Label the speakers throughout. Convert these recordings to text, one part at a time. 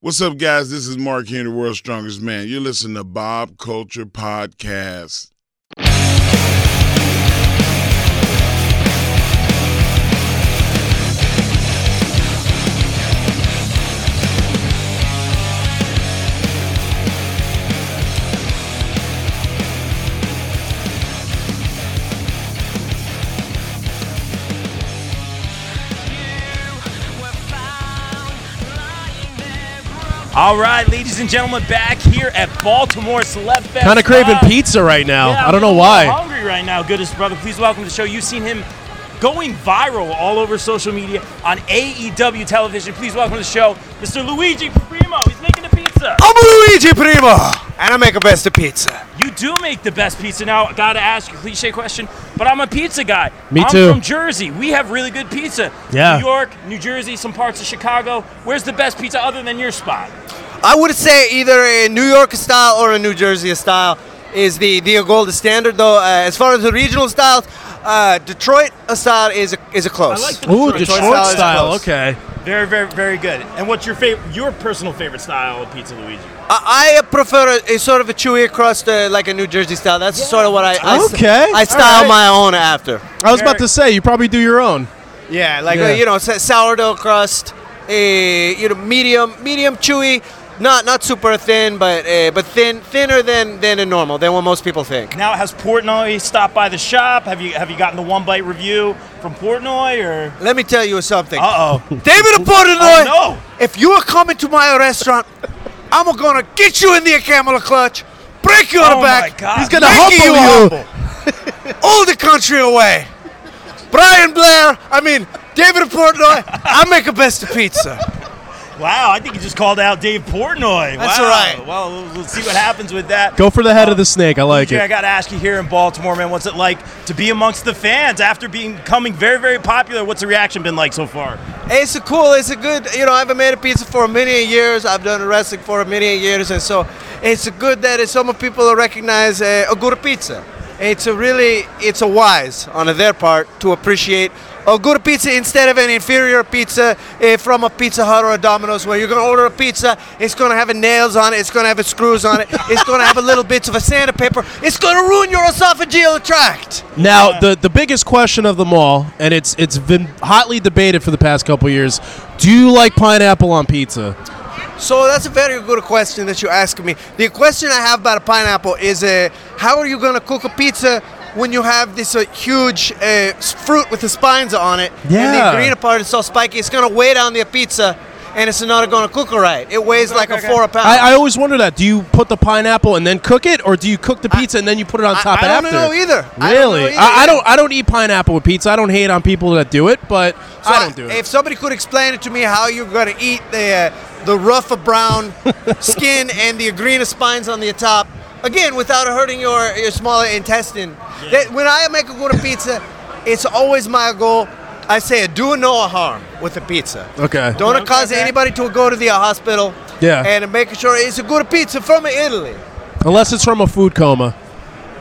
Speaker 1: What's up, guys? This is Mark here, the world's strongest man. You're listening to Bob Culture Podcast.
Speaker 2: All right, ladies and gentlemen, back here at Baltimore Celeb Fest.
Speaker 3: Kind of craving
Speaker 2: Live.
Speaker 3: pizza right now.
Speaker 2: Yeah,
Speaker 3: I
Speaker 2: I'm
Speaker 3: don't
Speaker 2: a
Speaker 3: know
Speaker 2: little
Speaker 3: why.
Speaker 2: Hungry right now, goodness brother. Please welcome to the show. You've seen him going viral all over social media on AEW television. Please welcome to the show, Mr. Luigi Primo. He's making the pizza.
Speaker 4: I'm Luigi Primo, and I make a best of pizza.
Speaker 2: You do make the best pizza. Now, I gotta ask you a cliche question, but I'm a pizza guy.
Speaker 3: Me
Speaker 2: I'm
Speaker 3: too.
Speaker 2: From Jersey, we have really good pizza.
Speaker 3: Yeah.
Speaker 2: New York, New Jersey, some parts of Chicago. Where's the best pizza other than your spot?
Speaker 4: I would say either a New York style or a New Jersey style is the the gold standard. Though, uh, as far as the regional styles, uh, Detroit style is a, is a
Speaker 2: I
Speaker 4: close.
Speaker 2: like the
Speaker 3: Ooh,
Speaker 2: Detroit
Speaker 3: Detroit
Speaker 4: style is
Speaker 3: style.
Speaker 4: close.
Speaker 3: Okay.
Speaker 2: Very, very, very good. And what's your favorite, your personal favorite style of pizza, Luigi?
Speaker 4: I, I prefer a, a sort of a chewy crust, uh, like a New Jersey style. That's sort of what I I, s-
Speaker 3: Okay,
Speaker 4: I style
Speaker 3: alright.
Speaker 4: my own after.
Speaker 3: I was
Speaker 2: Very-
Speaker 3: about to say you probably do your own.
Speaker 4: Yeah, like
Speaker 3: Yeah.
Speaker 4: uh, you know, sa- sourdough crust, a you know, medium, medium chewy, not not super thin, but uh, but thin, thinner than than a normal, than what most people think.
Speaker 2: Now, has Portnoy stopped by the shop? Have you have you gotten the one bite review from Portnoy or?
Speaker 4: Let me tell you something,
Speaker 2: Uh oh.
Speaker 4: David Portnoy.
Speaker 2: Oh,
Speaker 4: If you are coming to my restaurant, I'm gonna get you in the camel clutch, break you on
Speaker 2: Oh
Speaker 4: the back.
Speaker 2: my God.
Speaker 3: He's gonna
Speaker 4: Making
Speaker 3: humble
Speaker 4: you
Speaker 3: you.
Speaker 4: humble. all the country away. Brian Blair, I mean David Portnoy. I make a best of pizza.
Speaker 2: Wow, I think you just called out Dave Portnoy.
Speaker 4: That's
Speaker 2: wow.
Speaker 4: all right.
Speaker 2: Well, we'll- we'll see what happens with that.
Speaker 3: Go for the head of the snake. I like
Speaker 2: Jay, I
Speaker 3: it.
Speaker 2: gotta ask you here in Baltimore, man, what's it like to be amongst the fans after being becoming very, very popular? What's the reaction been like so far?
Speaker 4: It's a cool, it's a good, you know, I haven't made a pizza for a million years. I've done wrestling for a million years, and so it's good that some people recognize uh, a good pizza. It's a really, it's a wise on their part to appreciate a good pizza instead of an inferior pizza uh, from a Pizza Hut or a Domino's, where you're gonna order a pizza, it's gonna have a nails on it, it's gonna have a screws on it, it's gonna have a little bits of a sandpaper, it's gonna ruin your esophageal tract.
Speaker 3: Now the the biggest question of them all, and it's it's been hotly debated for the past couple years. Do you like pineapple on pizza?
Speaker 4: So that's a very good question that you ask me. The question I have about a pineapple is, uh, how are you gonna cook a pizza when you have this uh, huge uh, s- fruit with the spines on it, and
Speaker 3: Yeah.
Speaker 4: the green part is so spiky, it's gonna weigh down the pizza, and it's not gonna cook right. It weighs like a four a pound.
Speaker 3: I, I always wonder that. Do you put the pineapple and then cook it, or do you cook the pizza and then you put it on
Speaker 4: I-
Speaker 3: top
Speaker 4: I don't
Speaker 3: after?
Speaker 4: know either. I don't know
Speaker 3: Really?
Speaker 4: either.
Speaker 3: I, I don't. I don't eat pineapple with pizza. I don't hate on people that do it, but
Speaker 4: So
Speaker 3: I don't do it.
Speaker 4: If somebody could explain it to me how you're gonna eat the uh, the rough of brown skin and the green of spines on the top, again without hurting your your smaller intestine. That, when I make a good pizza, it's always my goal. I say do no harm with the pizza.
Speaker 3: okay.
Speaker 4: Don't
Speaker 2: Okay,
Speaker 4: cause
Speaker 2: okay.
Speaker 4: anybody to go to the uh, hospital.
Speaker 3: Yeah.
Speaker 4: And making sure it's a good pizza from Italy.
Speaker 3: Unless it's from a food coma.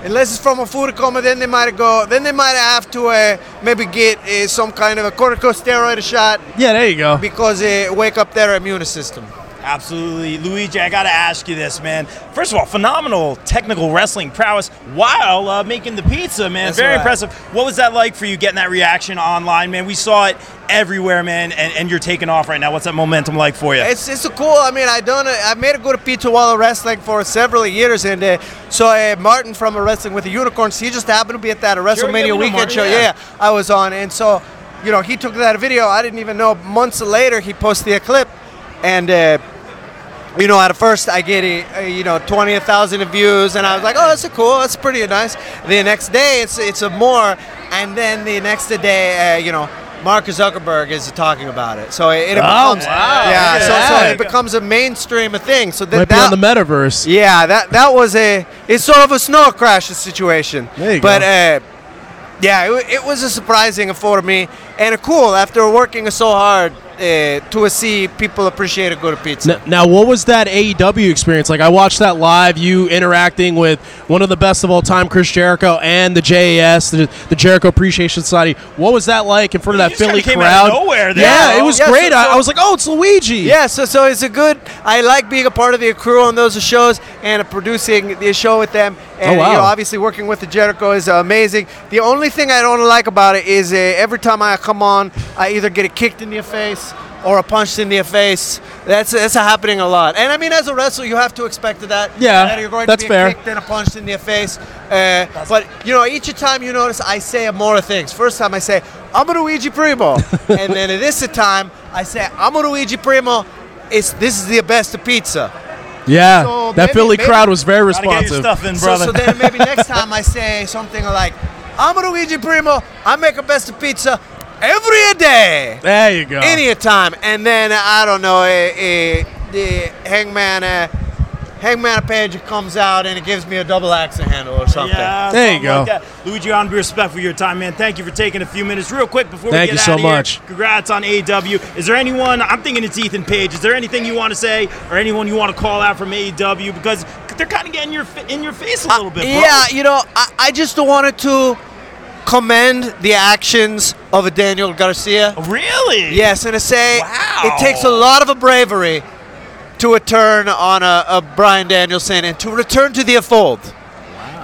Speaker 4: Unless it's from a food coma, then they might go. Then they might have to uh, maybe get uh, some kind of a corticosteroid shot
Speaker 3: Yeah, there you go.
Speaker 4: because they wake up their immune system.
Speaker 2: Absolutely. Luigi, I gotta ask you this, man. First of all, phenomenal technical wrestling prowess while uh, making the pizza, man.
Speaker 4: That's
Speaker 2: Very
Speaker 4: right.
Speaker 2: impressive. What was that like for you getting that reaction online, man? We saw it everywhere, man, and, and you're taking off right now. What's that momentum like for you?
Speaker 4: It's it's a cool. I mean, I done. A, I made a good pizza while wrestling for several years, and uh, so uh, Martin from a Wrestling with the Unicorns, he just happened to be at that
Speaker 2: yeah, we know
Speaker 4: WrestleMania weekend
Speaker 2: Martin,
Speaker 4: show.
Speaker 2: yeah.
Speaker 4: Yeah. I was on, and so you know he took that video. I didn't even know. Months later, he posted a clip, and. Uh, you know, at first I get a, a, you know twenty thousand views, and I was like, "Oh, that's a cool, that's pretty nice." The next day, it's it's a more, and then the next day, uh, you know, Mark Zuckerberg is talking about it, so it, it
Speaker 3: Oh,
Speaker 4: becomes
Speaker 2: wow,
Speaker 4: yeah,
Speaker 2: look at
Speaker 4: so, so
Speaker 2: that.
Speaker 4: it becomes a mainstream thing. So
Speaker 3: Might
Speaker 4: that,
Speaker 3: be on
Speaker 4: that
Speaker 3: the metaverse.
Speaker 4: yeah, that that was a it's sort of a snow crash situation.
Speaker 3: There you
Speaker 4: but
Speaker 3: go.
Speaker 4: uh, yeah, it, wa- it was a surprising for me and a cool after working so hard. uh, to a C, people appreciate a good pizza.
Speaker 3: N- Now, what was that AEW experience like? I watched that live. You interacting with one of the best of all time, Chris Jericho, and the JAS, the, the Jericho Appreciation Society. What was that like in front
Speaker 2: You
Speaker 3: of that
Speaker 2: just kinda
Speaker 3: Philly
Speaker 2: came
Speaker 3: crowd?
Speaker 2: out of nowhere there,
Speaker 3: yeah,
Speaker 2: bro.
Speaker 3: it was
Speaker 4: Yeah, so-
Speaker 3: great. I,
Speaker 4: so-
Speaker 3: I was like, oh, it's Luigi.
Speaker 4: Yeah, so so it's a good. I like being a part of the crew on those shows and producing the show with them. And
Speaker 3: wow.
Speaker 4: you know, obviously working with the Jericho is amazing. The only thing I don't like about it is uh, every time I come on, I either get a kicked in the face or a punched in the face. That's that's happening a lot. And I mean, as a wrestler, you have to expect that.
Speaker 3: Yeah,
Speaker 4: that you're going
Speaker 3: that's
Speaker 4: to be
Speaker 3: fair.
Speaker 4: kicked and a punched in the face. Uh, but you know, each time you notice, I say more things. First time I say I'm a Luigi Primo, and then this time I say I'm a Luigi Primo. It's this is the best of pizza.
Speaker 3: yeah.
Speaker 4: So
Speaker 3: that
Speaker 4: maybe-
Speaker 3: Philly
Speaker 4: maybe-
Speaker 3: crowd was very
Speaker 2: Gotta get
Speaker 3: responsive.
Speaker 2: your stuff in,
Speaker 4: So,
Speaker 2: brother.
Speaker 4: so then maybe next time I say something like I'm a Luigi Primo. I make a best of pizza every day.
Speaker 3: There you go.
Speaker 4: any time. And then uh, I don't know, uh, uh, the Hangman, uh, Hangman Page comes out and it gives me a double axe handle or something.
Speaker 2: Yeah,
Speaker 3: There you
Speaker 2: something
Speaker 3: go.
Speaker 2: Like that. Luigi, on be respect for your time, man. Thank you for taking a few minutes, real quick, before
Speaker 3: Thank
Speaker 2: we
Speaker 3: you
Speaker 2: get
Speaker 3: so
Speaker 2: out of
Speaker 3: much.
Speaker 2: Here. Congrats on AEW. Is there anyone? I'm thinking it's Ethan Page. Is there anything you want to say or anyone you want to call out from AEW because they're kind of getting your fa- in your face a little bit? Bro.
Speaker 4: Yeah, you know, I, I just wanted to commend the actions of Daniel Garcia.
Speaker 2: Really?
Speaker 4: Yes, and to say
Speaker 2: Wow.
Speaker 4: it takes a lot of a bravery to return on a, a Brian Danielson and to return to the fold.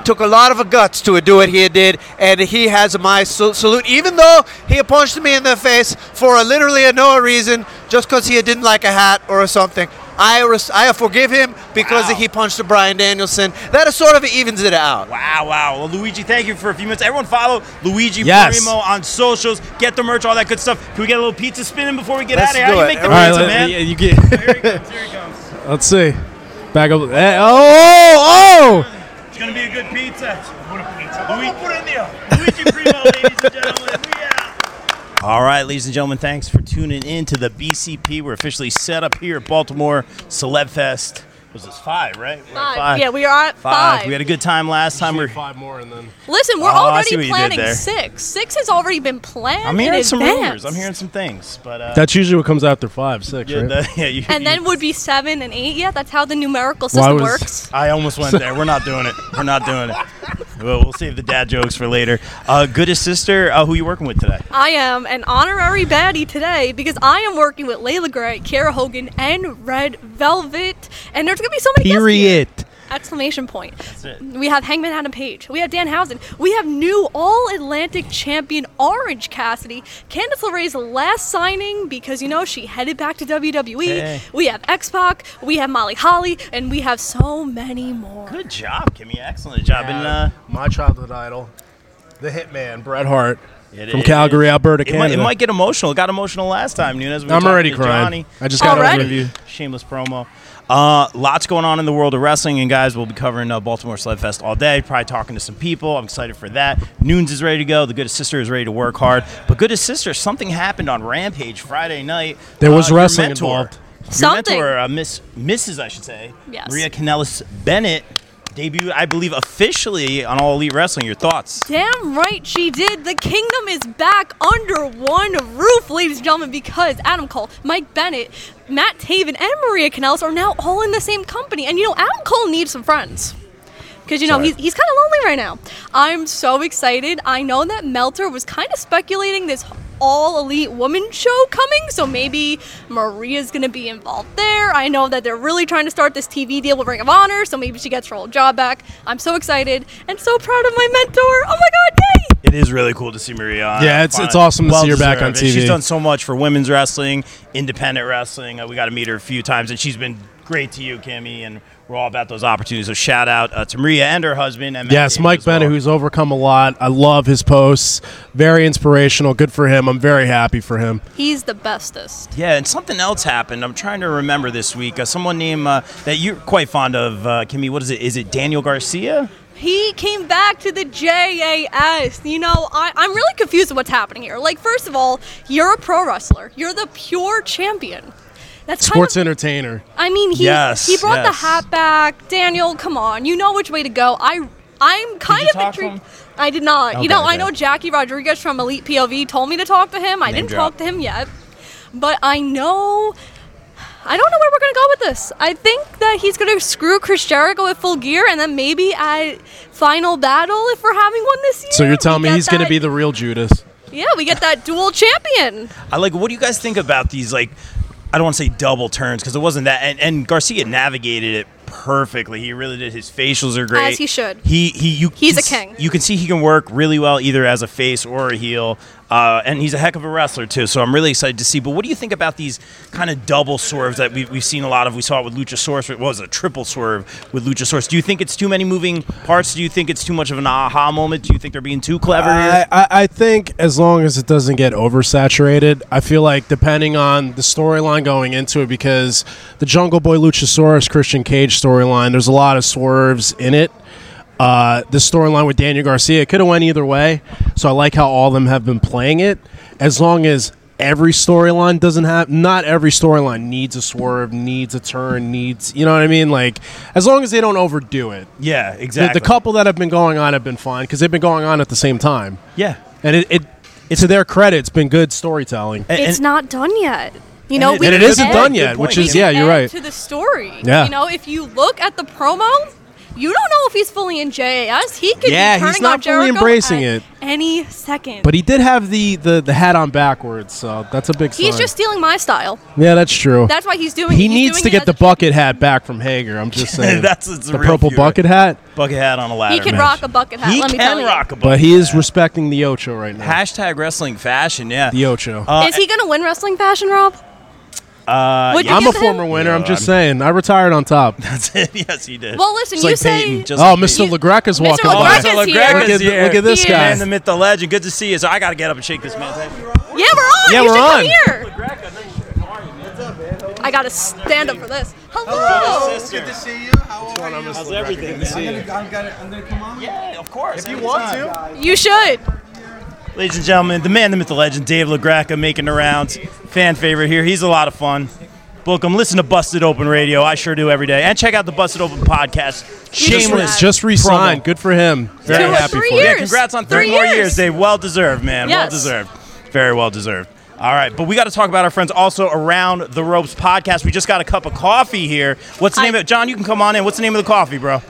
Speaker 4: Took a lot of a guts to do what he did, and he has my sal- salute. Even though he punched me in the face for a, literally a no reason, just because he didn't like a hat or something, I res- I forgive him because
Speaker 2: Wow.
Speaker 4: he punched a Brian Danielson. That sort of evens it out.
Speaker 2: Wow, wow. Well, Luigi, thank you for a few minutes. Everyone follow Luigi
Speaker 3: Yes.
Speaker 2: Primo on socials. Get the merch, all that good stuff. Can we get a little pizza spinning before we get
Speaker 4: Let's
Speaker 2: out of here?
Speaker 4: do
Speaker 2: How
Speaker 4: it.
Speaker 2: you make the
Speaker 3: All right,
Speaker 2: pizza,
Speaker 3: let-
Speaker 2: man?
Speaker 3: yeah, you get.
Speaker 2: Here he comes. Here he comes.
Speaker 3: Let's see. Back up. eh, Oh, oh,
Speaker 2: It's gonna be a good pizza. What a pizza. put it in there. Luigi Primo, ladies and gentlemen. We out. All right, ladies and gentlemen, thanks for tuning in to the BCP. We're officially set up here at Baltimore Celeb Fest. Was this five, right? We're at
Speaker 5: Five. Yeah, we are at
Speaker 2: Five.
Speaker 5: five.
Speaker 2: We had a good time last time. We're,
Speaker 3: Five more and then.
Speaker 5: Listen, we're
Speaker 2: Oh, I see what you
Speaker 5: already
Speaker 2: did
Speaker 5: planning
Speaker 2: there.
Speaker 5: six. Six has already been planned.
Speaker 2: I'm hearing
Speaker 5: in
Speaker 2: some rumors.
Speaker 5: advance.
Speaker 2: I'm hearing some things, but uh,
Speaker 3: That's usually what comes after five, six,
Speaker 2: yeah,
Speaker 3: right?
Speaker 2: the- yeah, you,
Speaker 5: And
Speaker 2: you-
Speaker 5: then would be seven and eight. Yeah, that's how the numerical
Speaker 3: Why
Speaker 5: system
Speaker 3: was-
Speaker 5: works.
Speaker 2: I almost went there. We're not doing it. We're not doing it. Well, we'll save the dad jokes for later. Uh, Goodest sister, uh, who you working with today?
Speaker 5: I am an honorary baddie today because I am working with Layla Gray, Kara Hogan, and Red Velvet. And there's gonna be so many. guests here.
Speaker 3: Period.
Speaker 5: Exclamation point.
Speaker 2: it.
Speaker 5: We have Hangman Adam Page. We have Dan Housen. We have new All Atlantic champion Orange Cassidy. Candice LeRae's last signing because, you know, she headed back to WWE.
Speaker 2: Hey.
Speaker 5: We have X Pac. We have Molly Holly. And we have so many more.
Speaker 2: Good job, Kimmy. Excellent job. And uh,
Speaker 3: My childhood idol, the Hitman, Bret Hart,
Speaker 2: It
Speaker 3: from
Speaker 2: is.
Speaker 3: Calgary, Alberta,
Speaker 2: It might,
Speaker 3: Canada.
Speaker 2: it might get emotional. It got emotional last time, Nunes. We
Speaker 3: I'm
Speaker 2: talked
Speaker 3: already
Speaker 2: to
Speaker 3: crying.
Speaker 2: Johnny.
Speaker 3: I just got
Speaker 5: Already?
Speaker 3: over you.
Speaker 2: Shameless promo. Uh, lots going on in the world of wrestling, and guys, we'll be covering uh, Baltimore Sled Fest all day. Probably talking to some people. I'm excited for that. Noons is ready to go. The Goodest Sister is ready to work hard. But Goodest Sister, something happened on Rampage Friday night. Uh,
Speaker 3: There was
Speaker 2: your
Speaker 3: wrestling
Speaker 2: mentor-
Speaker 3: involved.
Speaker 2: Your
Speaker 5: Something.
Speaker 2: mentor, uh, Miss Mrs. I should say,
Speaker 5: Yes.
Speaker 2: Maria Kanellis Bennett, debuted, I believe, officially on All Elite Wrestling. Your thoughts?
Speaker 5: Damn right she did. The kingdom is back under one roof, ladies and gentlemen, because Adam Cole, Mike Bennett, Matt Taven, and Maria Canales are now all in the same company. And you know, Adam Cole needs some friends. Because you know,
Speaker 2: Sorry.
Speaker 5: he's, he's kind of lonely right now. I'm so excited. I know that Melter was kind of speculating this all elite woman show coming, so maybe Maria's gonna be involved there. I know that they're really trying to start this TV deal with Ring of Honor, so maybe she gets her old job back. I'm so excited and so proud of my mentor. Oh my god, yay!
Speaker 2: It is really cool to see Maria. on-
Speaker 3: Yeah, it's-
Speaker 2: on
Speaker 3: it's
Speaker 2: it.
Speaker 3: awesome to see her back
Speaker 2: deserved.
Speaker 3: on
Speaker 2: And She's
Speaker 3: TV.
Speaker 2: done so much for women's wrestling, independent wrestling. Uh, we got to meet her a few times, and she's been great to you, Kimmy. And we're all about those opportunities. So shout out uh, to Maria and her husband. And Matt
Speaker 3: Yes,
Speaker 2: Damon
Speaker 3: Mike
Speaker 2: as well.
Speaker 3: Bennett, who's overcome a lot. I love his posts. Very inspirational. Good for him. I'm very happy for him.
Speaker 5: He's the bestest.
Speaker 2: yeah, and something else happened. I'm trying to remember this week. Uh, someone named uh, that you're quite fond of, uh, Kimmy. What is it? Is it Daniel Garcia?
Speaker 5: He came back to the JAS. You know, I, I'm really confused with what's happening here. Like, first of all, you're a pro wrestler. You're the pure champion. That's
Speaker 3: Sports
Speaker 5: kind of,
Speaker 3: entertainer.
Speaker 5: I mean, he
Speaker 2: Yes,
Speaker 5: he brought the
Speaker 2: yes.
Speaker 5: hat back. Daniel, come on, you know which way to go. I I'm kind
Speaker 2: you
Speaker 5: of
Speaker 2: talk to
Speaker 5: intrigued.
Speaker 2: him?
Speaker 5: I did not.
Speaker 2: Okay,
Speaker 5: you know,
Speaker 2: okay.
Speaker 5: I know Jackie Rodriguez from Elite POV told me to talk to him. I
Speaker 2: Name
Speaker 5: didn't
Speaker 2: drop.
Speaker 5: talk to him yet. But I know. I don't know where we're gonna go with this. I think that he's gonna screw Chris Jericho with full gear, and then maybe at final battle, if we're having one this year.
Speaker 3: So you're telling
Speaker 5: we
Speaker 3: me
Speaker 5: get
Speaker 3: he's going to
Speaker 5: that-
Speaker 3: be the real Judas?
Speaker 5: yeah, we get that dual champion.
Speaker 2: I like. What do you guys think about these? Like, I don't want to say double turns because it wasn't that. And, and Garcia navigated it perfectly. He really did. His facials are great.
Speaker 5: As he should.
Speaker 2: He he. You
Speaker 5: He's
Speaker 2: can
Speaker 5: a
Speaker 2: s-
Speaker 5: king.
Speaker 2: You can see he can work really well either as a face or a heel. Uh, and he's a heck of a wrestler too, so I'm really excited to see. But what do you think about these kind of double swerves that we've, we've seen a lot of? We saw it with Luchasaurus. What was it, a triple swerve with Luchasaurus? Do you think it's too many moving parts? Do you think it's too much of an aha moment? Do you think they're being too clever? here?
Speaker 3: I, I, I think as long as it doesn't get oversaturated, I feel like depending on the storyline going into it, because the Jungle Boy Luchasaurus Christian Cage storyline, there's a lot of swerves in it. Uh, the storyline with Daniel Garcia could have went either way, so I like how all of them have been playing it. As long as every storyline doesn't have, not every storyline needs a swerve, needs a turn, needs, you know what I mean? Like as long as they don't overdo it,
Speaker 2: yeah,
Speaker 3: the,
Speaker 2: exactly.
Speaker 3: the couple that have been going on have been fine because they've been going on at the same time.
Speaker 2: Yeah,
Speaker 3: And it, it to their credit, it's been good storytelling.
Speaker 2: And-
Speaker 5: it's
Speaker 2: and-
Speaker 5: not done yet. You know,
Speaker 2: it-
Speaker 5: we
Speaker 3: and it
Speaker 5: can
Speaker 3: isn't
Speaker 5: add-
Speaker 3: done
Speaker 2: Good
Speaker 3: yet,
Speaker 2: point.
Speaker 3: which is
Speaker 5: we
Speaker 3: yeah,
Speaker 5: can
Speaker 3: you're
Speaker 5: add
Speaker 3: right.
Speaker 5: To the story,
Speaker 3: Yeah.
Speaker 5: You know, if you look at the promo, you don't know if he's fully in JAS. He could
Speaker 3: Yeah,
Speaker 5: be
Speaker 3: he's
Speaker 5: turning
Speaker 3: not
Speaker 5: on
Speaker 3: fully
Speaker 5: Jericho
Speaker 3: embracing
Speaker 5: at
Speaker 3: it.
Speaker 5: any second.
Speaker 3: But he did have the, the, the hat on backwards, so that's a big.
Speaker 5: he's
Speaker 3: sign.
Speaker 5: just stealing my style.
Speaker 3: yeah, that's true.
Speaker 5: That's why he's doing. it.
Speaker 3: he
Speaker 5: He's
Speaker 3: needs
Speaker 5: doing
Speaker 3: to
Speaker 5: it
Speaker 3: get the
Speaker 5: as a-
Speaker 3: bucket hat back from Hager. I'm just saying
Speaker 2: That's- it's a
Speaker 3: the
Speaker 2: real
Speaker 3: purple
Speaker 2: feud.
Speaker 3: bucket hat,
Speaker 2: bucket hat on a ladder.
Speaker 5: He can
Speaker 2: match.
Speaker 5: rock a bucket hat.
Speaker 2: He
Speaker 5: let me
Speaker 2: can
Speaker 5: tell
Speaker 2: rock a bucket.
Speaker 3: but he is
Speaker 2: hat.
Speaker 3: respecting the ocho right now.
Speaker 2: hashtag wrestling fashion. Yeah,
Speaker 3: the ocho.
Speaker 5: you.
Speaker 2: Uh,
Speaker 5: Is he gonna win wrestling fashion, Rob?
Speaker 2: uh,
Speaker 5: Would
Speaker 2: yeah,
Speaker 5: you
Speaker 3: I'm a
Speaker 5: give him-
Speaker 3: former winner. I'm
Speaker 2: No,
Speaker 3: just saying. I retired on top.
Speaker 2: that's it. Yes, he did.
Speaker 5: Well, listen,
Speaker 2: Just
Speaker 5: you
Speaker 2: like
Speaker 5: say-
Speaker 2: Peyton, just
Speaker 3: Oh,
Speaker 2: like
Speaker 3: Mr.
Speaker 2: Peyton.
Speaker 3: LaGreca's
Speaker 5: Mr.
Speaker 3: walking
Speaker 2: Oh,
Speaker 5: LaGreca's
Speaker 3: by.
Speaker 2: Mr.
Speaker 5: here.
Speaker 2: LaGreca's
Speaker 3: Look at,
Speaker 2: here.
Speaker 3: look at this
Speaker 5: He
Speaker 3: guy.
Speaker 2: Man,
Speaker 5: is.
Speaker 2: the myth, the legend. Good to see you. So I got to get up and shake this man's hand.
Speaker 5: Yeah, we're on.
Speaker 3: Yeah,
Speaker 5: You
Speaker 3: we're
Speaker 5: should come
Speaker 3: on.
Speaker 5: here. I gotta stand up for this. Hello.
Speaker 4: Oh, Good to see you. How are you?
Speaker 2: How's everything?
Speaker 4: I'm gonna, I'm gonna come on.
Speaker 2: Yeah, of course. If you
Speaker 4: Want to?
Speaker 5: You should.
Speaker 2: Ladies and gentlemen, the man, the myth, the legend, Dave LaGreca making the rounds. Fan favorite here. He's a lot of fun. Book him. Listen to Busted Open Radio. I sure do every day. And check out the Busted Open podcast. Shameless.
Speaker 5: that.
Speaker 3: Just resigned.
Speaker 2: Promo.
Speaker 3: Good for him. Very
Speaker 5: Two or
Speaker 3: happy
Speaker 5: three
Speaker 3: for
Speaker 5: years.
Speaker 3: you.
Speaker 2: Yeah, congrats on three,
Speaker 5: Three
Speaker 2: more years.
Speaker 5: years.
Speaker 2: Dave. Well deserved, man. Well
Speaker 5: Yes.
Speaker 2: deserved. Very well deserved. All right, but we got to talk about our friends also around the ropes podcast. We just got a cup of coffee here. What's the
Speaker 5: I-
Speaker 2: name of it? John, you can come on in. What's the name of the coffee, bro?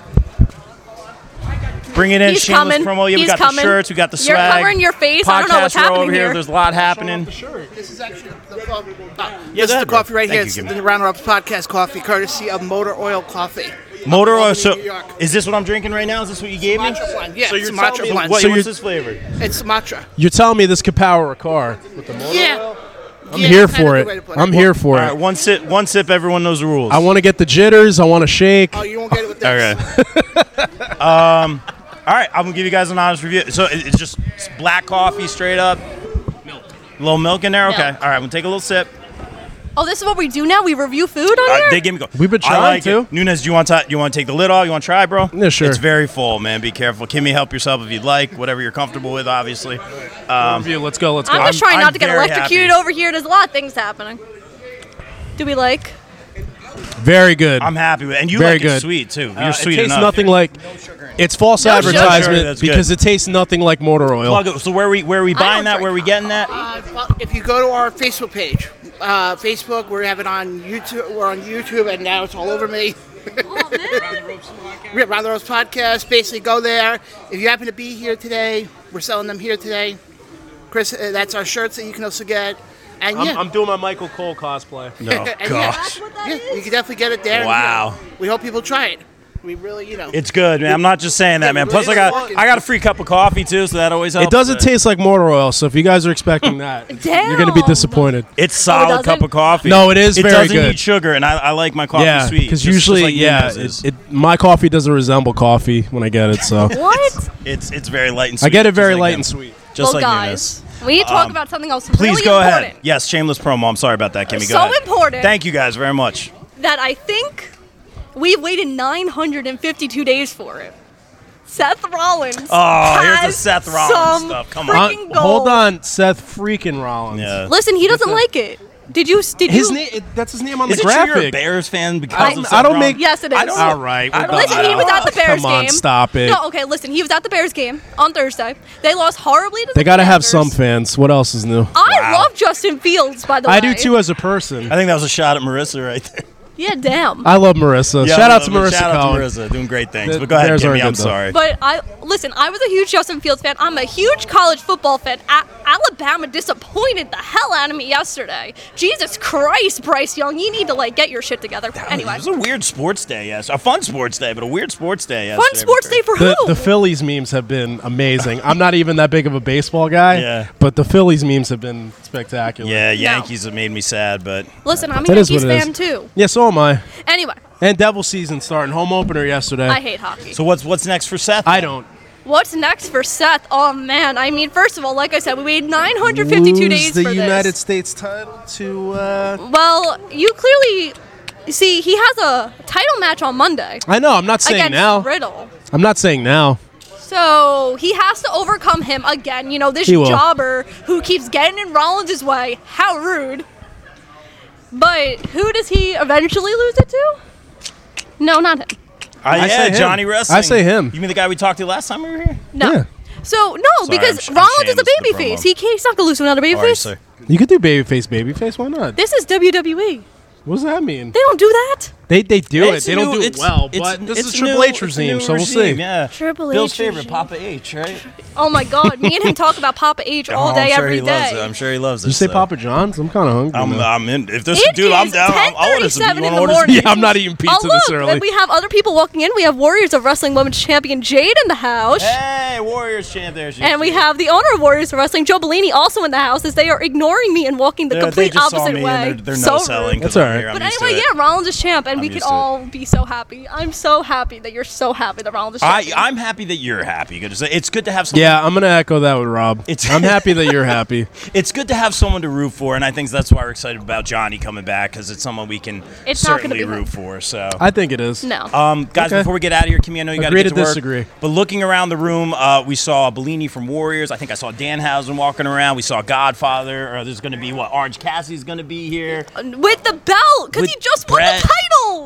Speaker 2: Bring it in.
Speaker 5: He's
Speaker 2: shameless
Speaker 5: coming.
Speaker 2: promo. Yeah, we
Speaker 5: He's
Speaker 2: got the
Speaker 5: coming.
Speaker 2: shirts. We got the
Speaker 5: You're
Speaker 2: swag.
Speaker 5: covering your face. I don't know
Speaker 2: Podcast
Speaker 5: what's
Speaker 2: row over
Speaker 5: happening here.
Speaker 2: There's a lot happening.
Speaker 6: This is actually the coffee.
Speaker 2: Yeah,
Speaker 6: this
Speaker 2: go
Speaker 6: is
Speaker 2: ahead,
Speaker 6: the
Speaker 2: bro.
Speaker 6: coffee right
Speaker 2: Thank
Speaker 6: here.
Speaker 2: you,
Speaker 6: It's
Speaker 2: give me
Speaker 6: the
Speaker 2: that.
Speaker 6: Round Rob's Podcast coffee, courtesy of Motor Oil Coffee.
Speaker 2: Motor oil.
Speaker 6: New
Speaker 2: So,
Speaker 6: York.
Speaker 2: is this what I'm drinking right now? Is this what you gave me?
Speaker 6: Sumatra blend, yeah,
Speaker 2: So you're
Speaker 6: Sumatra
Speaker 2: telling me
Speaker 6: blend.
Speaker 2: What,
Speaker 3: So
Speaker 2: what's
Speaker 3: you're-
Speaker 2: this flavor?
Speaker 6: It's Sumatra.
Speaker 3: You're telling me this could power a car.
Speaker 6: yeah.
Speaker 3: I'm here for it. I'm here for
Speaker 2: All right,
Speaker 3: it.
Speaker 2: one sip. One sip. Everyone knows the rules.
Speaker 3: I want to get the jitters. I want to shake.
Speaker 6: Oh, you won't get it with this.
Speaker 2: Okay. um, all right, I'm gonna give you guys an honest review. So it- it's just it's black coffee, straight up. Milk. A little milk in there. Okay.
Speaker 5: Milk.
Speaker 2: All right, we'll take a little sip.
Speaker 5: Oh, this is what we do now. We review food on
Speaker 2: Uh,
Speaker 5: here.
Speaker 2: they gave me go.
Speaker 3: We've been
Speaker 2: I
Speaker 3: trying
Speaker 2: like
Speaker 3: to.
Speaker 2: It. Nunez, do you want to you want to take the lid off? You want to try, bro?
Speaker 3: Yeah, sure.
Speaker 2: It's very full, man. Be careful. Kimmy, help yourself if you'd like. Whatever you're comfortable with, obviously.
Speaker 3: Review, Let's go. Let's go.
Speaker 5: I'm just
Speaker 2: I'm-
Speaker 5: trying not
Speaker 2: I'm
Speaker 5: to get
Speaker 2: very
Speaker 5: electrocuted
Speaker 2: happy.
Speaker 5: over here. There's a lot of things happening. Do we like?
Speaker 3: Very good.
Speaker 2: I'm happy with, and you
Speaker 3: Very
Speaker 2: like it
Speaker 3: good.
Speaker 2: sweet too. You're
Speaker 3: Uh,
Speaker 2: sweet
Speaker 3: it tastes
Speaker 2: enough.
Speaker 3: nothing like. It's false
Speaker 5: No sugar.
Speaker 3: advertisement
Speaker 2: Sure, that's good.
Speaker 3: because it tastes nothing like motor oil.
Speaker 2: Plug it. So where we where we
Speaker 5: I don't
Speaker 2: buying that?
Speaker 5: drink
Speaker 2: Where we getting that?
Speaker 6: Uh, well, if you go to our Facebook page, uh, Facebook, we have it on YouTube. We're on YouTube, and now it's all over me. Rip Round the Ropes Podcast. Basically, go there. If you happen to be here today, we're selling them here today. Chris, uh, that's our shirts that you can also get. And yeah,
Speaker 3: doing my Michael Cole cosplay.
Speaker 2: No.
Speaker 6: And
Speaker 2: gosh.
Speaker 6: Oh, Yeah, you can definitely get it there. and
Speaker 2: Wow.
Speaker 6: here. We hope people try it. We really, you know.
Speaker 2: It's good, man. I'm not just saying that, man. Plus, I got I got a free cup of coffee too, so that always helps.
Speaker 3: It doesn't
Speaker 2: Uh,
Speaker 3: taste like motor oil, so if you guys are expecting that, you're going to be
Speaker 5: Damn.
Speaker 3: disappointed.
Speaker 2: It's solid
Speaker 5: Oh, doesn't?
Speaker 2: cup of coffee.
Speaker 3: No, it is
Speaker 2: It
Speaker 3: very
Speaker 2: doesn't
Speaker 3: good.
Speaker 2: need sugar, and I, I like my coffee
Speaker 3: yeah,
Speaker 2: sweet.
Speaker 3: because
Speaker 2: just- just
Speaker 3: usually,
Speaker 2: like
Speaker 3: yeah,
Speaker 2: Nina's is.
Speaker 3: it, it, my coffee doesn't resemble coffee when I get it. So Uh,
Speaker 5: What?
Speaker 2: it's it's very light and sweet.
Speaker 3: I get it very
Speaker 2: just like
Speaker 3: light
Speaker 2: him.
Speaker 3: and sweet.
Speaker 2: Just
Speaker 5: well,
Speaker 2: like
Speaker 5: guys,
Speaker 2: Nina's.
Speaker 5: we need to talk
Speaker 2: Um,
Speaker 5: about something else.
Speaker 2: Please
Speaker 5: really
Speaker 2: go
Speaker 5: important
Speaker 2: ahead. Yes, shameless promo. I'm sorry about that, Kimmy. Go
Speaker 5: So
Speaker 2: ahead.
Speaker 5: important.
Speaker 2: Thank you guys very much.
Speaker 5: That I think we've waited 952 days for it. Seth Rollins.
Speaker 2: Oh, here's the
Speaker 5: has
Speaker 2: Seth Rollins
Speaker 5: some
Speaker 2: stuff. Come
Speaker 5: freaking
Speaker 3: Uh, hold
Speaker 5: gold.
Speaker 3: on, Seth freaking Rollins.
Speaker 2: Yeah.
Speaker 5: Listen, he doesn't like it. Did you? Did
Speaker 3: His
Speaker 5: you?
Speaker 3: name. That's his name on
Speaker 2: Is
Speaker 3: the
Speaker 2: it true you're a
Speaker 3: graphic.
Speaker 2: Bears fan because of
Speaker 3: I don't-
Speaker 2: something
Speaker 3: I don't
Speaker 2: wrong?
Speaker 3: make-
Speaker 5: Yes, it is.
Speaker 2: I don't-
Speaker 3: All right, we're
Speaker 2: I don't-
Speaker 3: done.
Speaker 5: Listen, he was at the Bears
Speaker 3: Come on,
Speaker 5: game.
Speaker 3: stop it.
Speaker 5: No, okay, listen, he was at the Bears game on Thursday. They lost horribly to the
Speaker 3: They gotta have
Speaker 5: Panthers.
Speaker 3: some fans. What else is new?
Speaker 5: I
Speaker 2: Wow.
Speaker 5: love Justin Fields, by the way.
Speaker 3: I do too as a person.
Speaker 2: I think that was a shot at Marissa right there.
Speaker 5: Yeah, damn.
Speaker 3: I love Marissa.
Speaker 2: Yeah,
Speaker 3: shout
Speaker 2: I
Speaker 3: out to
Speaker 2: love it.
Speaker 3: Marissa
Speaker 2: Shout out
Speaker 3: Cohen.
Speaker 2: to Marissa, doing great things.
Speaker 3: The
Speaker 2: but go ahead,
Speaker 3: Bears
Speaker 2: Kimmy,
Speaker 3: aren't
Speaker 2: I'm
Speaker 3: good, though.
Speaker 2: sorry.
Speaker 5: But I listen. I was a huge Justin Fields fan. I'm a huge college football fan. A- Alabama disappointed the hell out of me yesterday. Jesus Christ, Bryce Young, you need to like get your shit together. anyway,
Speaker 2: it was a weird sports day. Yes, a fun sports day, but a weird sports day.
Speaker 5: fun
Speaker 2: yesterday.
Speaker 5: sports day for who?
Speaker 3: The, the Phillies memes have been amazing. I'm not even that big of a baseball guy,
Speaker 2: Yeah.
Speaker 3: but the Phillies memes have been spectacular.
Speaker 2: Yeah, Yankees have made me sad, but
Speaker 5: listen, I'm a
Speaker 3: That is
Speaker 5: Yankees
Speaker 3: what it is.
Speaker 5: fan too.
Speaker 3: Yeah, so am I.
Speaker 5: Anyway,
Speaker 3: And Devil season starting home opener yesterday.
Speaker 5: I hate hockey.
Speaker 2: so what's what's next for Seth?
Speaker 3: I don't.
Speaker 5: What's next for Seth? Oh man, I mean, first of all, like I said, we waited 952
Speaker 3: Lose
Speaker 5: days
Speaker 3: the
Speaker 5: for
Speaker 3: United
Speaker 5: this.
Speaker 3: States title to. Uh,
Speaker 5: Well, you clearly see he has a title match on Monday
Speaker 3: I know. I'm not saying
Speaker 5: against
Speaker 3: now.
Speaker 5: Riddle.
Speaker 3: I'm not saying now.
Speaker 5: So he has to overcome him again. You know, this
Speaker 3: He will.
Speaker 5: jobber who keeps getting in Rollins' way. How rude. But who does he eventually lose it to? No, not him.
Speaker 2: I,
Speaker 3: I
Speaker 2: Uh, yeah,
Speaker 3: say him.
Speaker 2: Johnny Wrestling.
Speaker 3: I say him.
Speaker 2: You mean the guy we talked to last time we were here?
Speaker 5: No.
Speaker 3: Yeah.
Speaker 5: So, no,
Speaker 2: Sorry, I'm
Speaker 5: because
Speaker 2: sh- I'm
Speaker 5: Rollins is
Speaker 2: shameless with
Speaker 5: a
Speaker 2: the
Speaker 5: babyface.
Speaker 2: promo.
Speaker 5: He can't, he's not going to lose to another
Speaker 2: All right,
Speaker 5: babyface.
Speaker 2: sir.
Speaker 3: You could do babyface, babyface. Why not?
Speaker 5: this is E. WWE.
Speaker 3: What does that mean?
Speaker 5: They don't do that.
Speaker 3: They they do
Speaker 2: It's
Speaker 3: it. They
Speaker 2: a
Speaker 3: don't
Speaker 2: new-
Speaker 3: do it
Speaker 2: it's-
Speaker 3: well.
Speaker 2: it's-
Speaker 3: But this
Speaker 2: it's
Speaker 3: is
Speaker 2: a
Speaker 3: Triple
Speaker 2: new-
Speaker 3: H
Speaker 2: it's a
Speaker 3: regime,
Speaker 2: new
Speaker 3: so we'll see.
Speaker 2: regime, Yeah.
Speaker 5: Triple
Speaker 2: Bill's
Speaker 5: H
Speaker 2: favorite,
Speaker 5: regime.
Speaker 2: Papa H, right?
Speaker 5: Oh my God. Me and him talk about Papa H all
Speaker 2: Oh, I'm
Speaker 5: day,
Speaker 2: sure
Speaker 5: every
Speaker 2: he loves it.
Speaker 5: day.
Speaker 2: I'm sure he loves it.
Speaker 3: Did you say
Speaker 2: so.
Speaker 3: Papa John's? I'm kind of hungry.
Speaker 2: I'm,
Speaker 3: now.
Speaker 2: I'm in. If there's
Speaker 5: It
Speaker 2: dude, I'm
Speaker 5: is
Speaker 2: down. I'm, I'll order some.
Speaker 5: 10:37
Speaker 2: You
Speaker 5: in
Speaker 2: wanna
Speaker 5: the
Speaker 2: order some?
Speaker 5: morning.
Speaker 3: Yeah, I'm not eating pizza
Speaker 5: oh,
Speaker 3: this
Speaker 5: look,
Speaker 3: early.
Speaker 5: And we have other people walking in. We have Warriors of Wrestling Women Champion Jade in the house.
Speaker 2: Hey, Warriors champ, there she
Speaker 5: And we have the owner of Warriors of Wrestling, Joe Bellini, also in the house as they are ignoring me and walking the
Speaker 2: They're-
Speaker 5: complete
Speaker 2: they just saw
Speaker 5: opposite
Speaker 2: me
Speaker 5: way.
Speaker 2: And they're they're
Speaker 5: so
Speaker 2: no selling.
Speaker 5: rude.
Speaker 2: 'cause
Speaker 3: That's
Speaker 2: I'm
Speaker 3: all
Speaker 2: here,
Speaker 3: right.
Speaker 2: I'm
Speaker 5: But
Speaker 2: used to
Speaker 5: anyway,
Speaker 2: it.
Speaker 5: yeah, Rollins is champ, and we
Speaker 2: used to
Speaker 5: could
Speaker 2: it.
Speaker 5: all be so happy. I'm so happy that you're so happy that Rollins is
Speaker 2: I,
Speaker 5: champion.
Speaker 2: I'm happy that you're happy. Good to say- It's good to have some.
Speaker 3: yeah, I'm gonna echo that with Rob.
Speaker 2: It's-
Speaker 3: I'm happy that you're happy.
Speaker 2: It's good to have someone to root for, and I think that's why we're excited about Johnny coming back because it's someone we can
Speaker 5: It's not gonna
Speaker 2: certainly
Speaker 5: be him.
Speaker 2: root for. So,
Speaker 3: I think it is.
Speaker 5: no.
Speaker 2: um, guys,
Speaker 3: Okay.
Speaker 2: before we get out of here, Kimmy, I know you got
Speaker 3: Agree
Speaker 2: get
Speaker 3: to
Speaker 2: work,
Speaker 3: disagree.
Speaker 2: But looking around the room, uh, we saw Bellini from Warriors. I think I saw Danhausen walking around. We saw Godfather. Uh, there's going to be what Orange Cassidy's going to be here.
Speaker 5: with the belt, because he
Speaker 2: with
Speaker 5: just
Speaker 2: Brett
Speaker 5: won the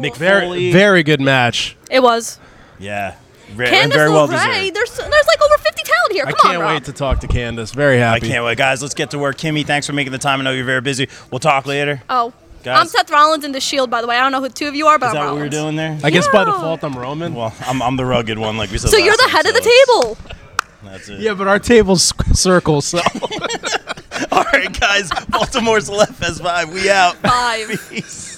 Speaker 5: title.
Speaker 2: McFoley.
Speaker 3: Very, very good match.
Speaker 5: it was.
Speaker 2: yeah, very,
Speaker 5: Candice
Speaker 2: very well
Speaker 5: LeRae,
Speaker 2: deserved.
Speaker 5: There's, there's like over 50 talent here. Come
Speaker 3: I can't
Speaker 5: on, Rob.
Speaker 3: wait to talk to Candace. Very
Speaker 2: I
Speaker 3: happy.
Speaker 2: can't wait, guys. Let's get to work. Kimmy, thanks for making the time. I know you're very busy. We'll talk later.
Speaker 5: Oh.
Speaker 2: Guys.
Speaker 5: I'm Seth Rollins in the Shield, by the way. I don't know who the two of you are, but
Speaker 2: Is
Speaker 5: I'm
Speaker 2: that what we
Speaker 5: Rollins.
Speaker 2: were doing there?
Speaker 3: I guess by
Speaker 5: Yeah.
Speaker 3: default I'm Roman.
Speaker 2: well, I'm, I'm the rugged one, like we said.
Speaker 5: So you're
Speaker 2: last
Speaker 5: the head
Speaker 2: time,
Speaker 5: of the
Speaker 2: so it's-
Speaker 5: table.
Speaker 2: That's it.
Speaker 3: yeah, but our table's circle, so
Speaker 2: All right, guys. Baltimore's Left Fest 5. We out.
Speaker 5: Five.
Speaker 2: Peace.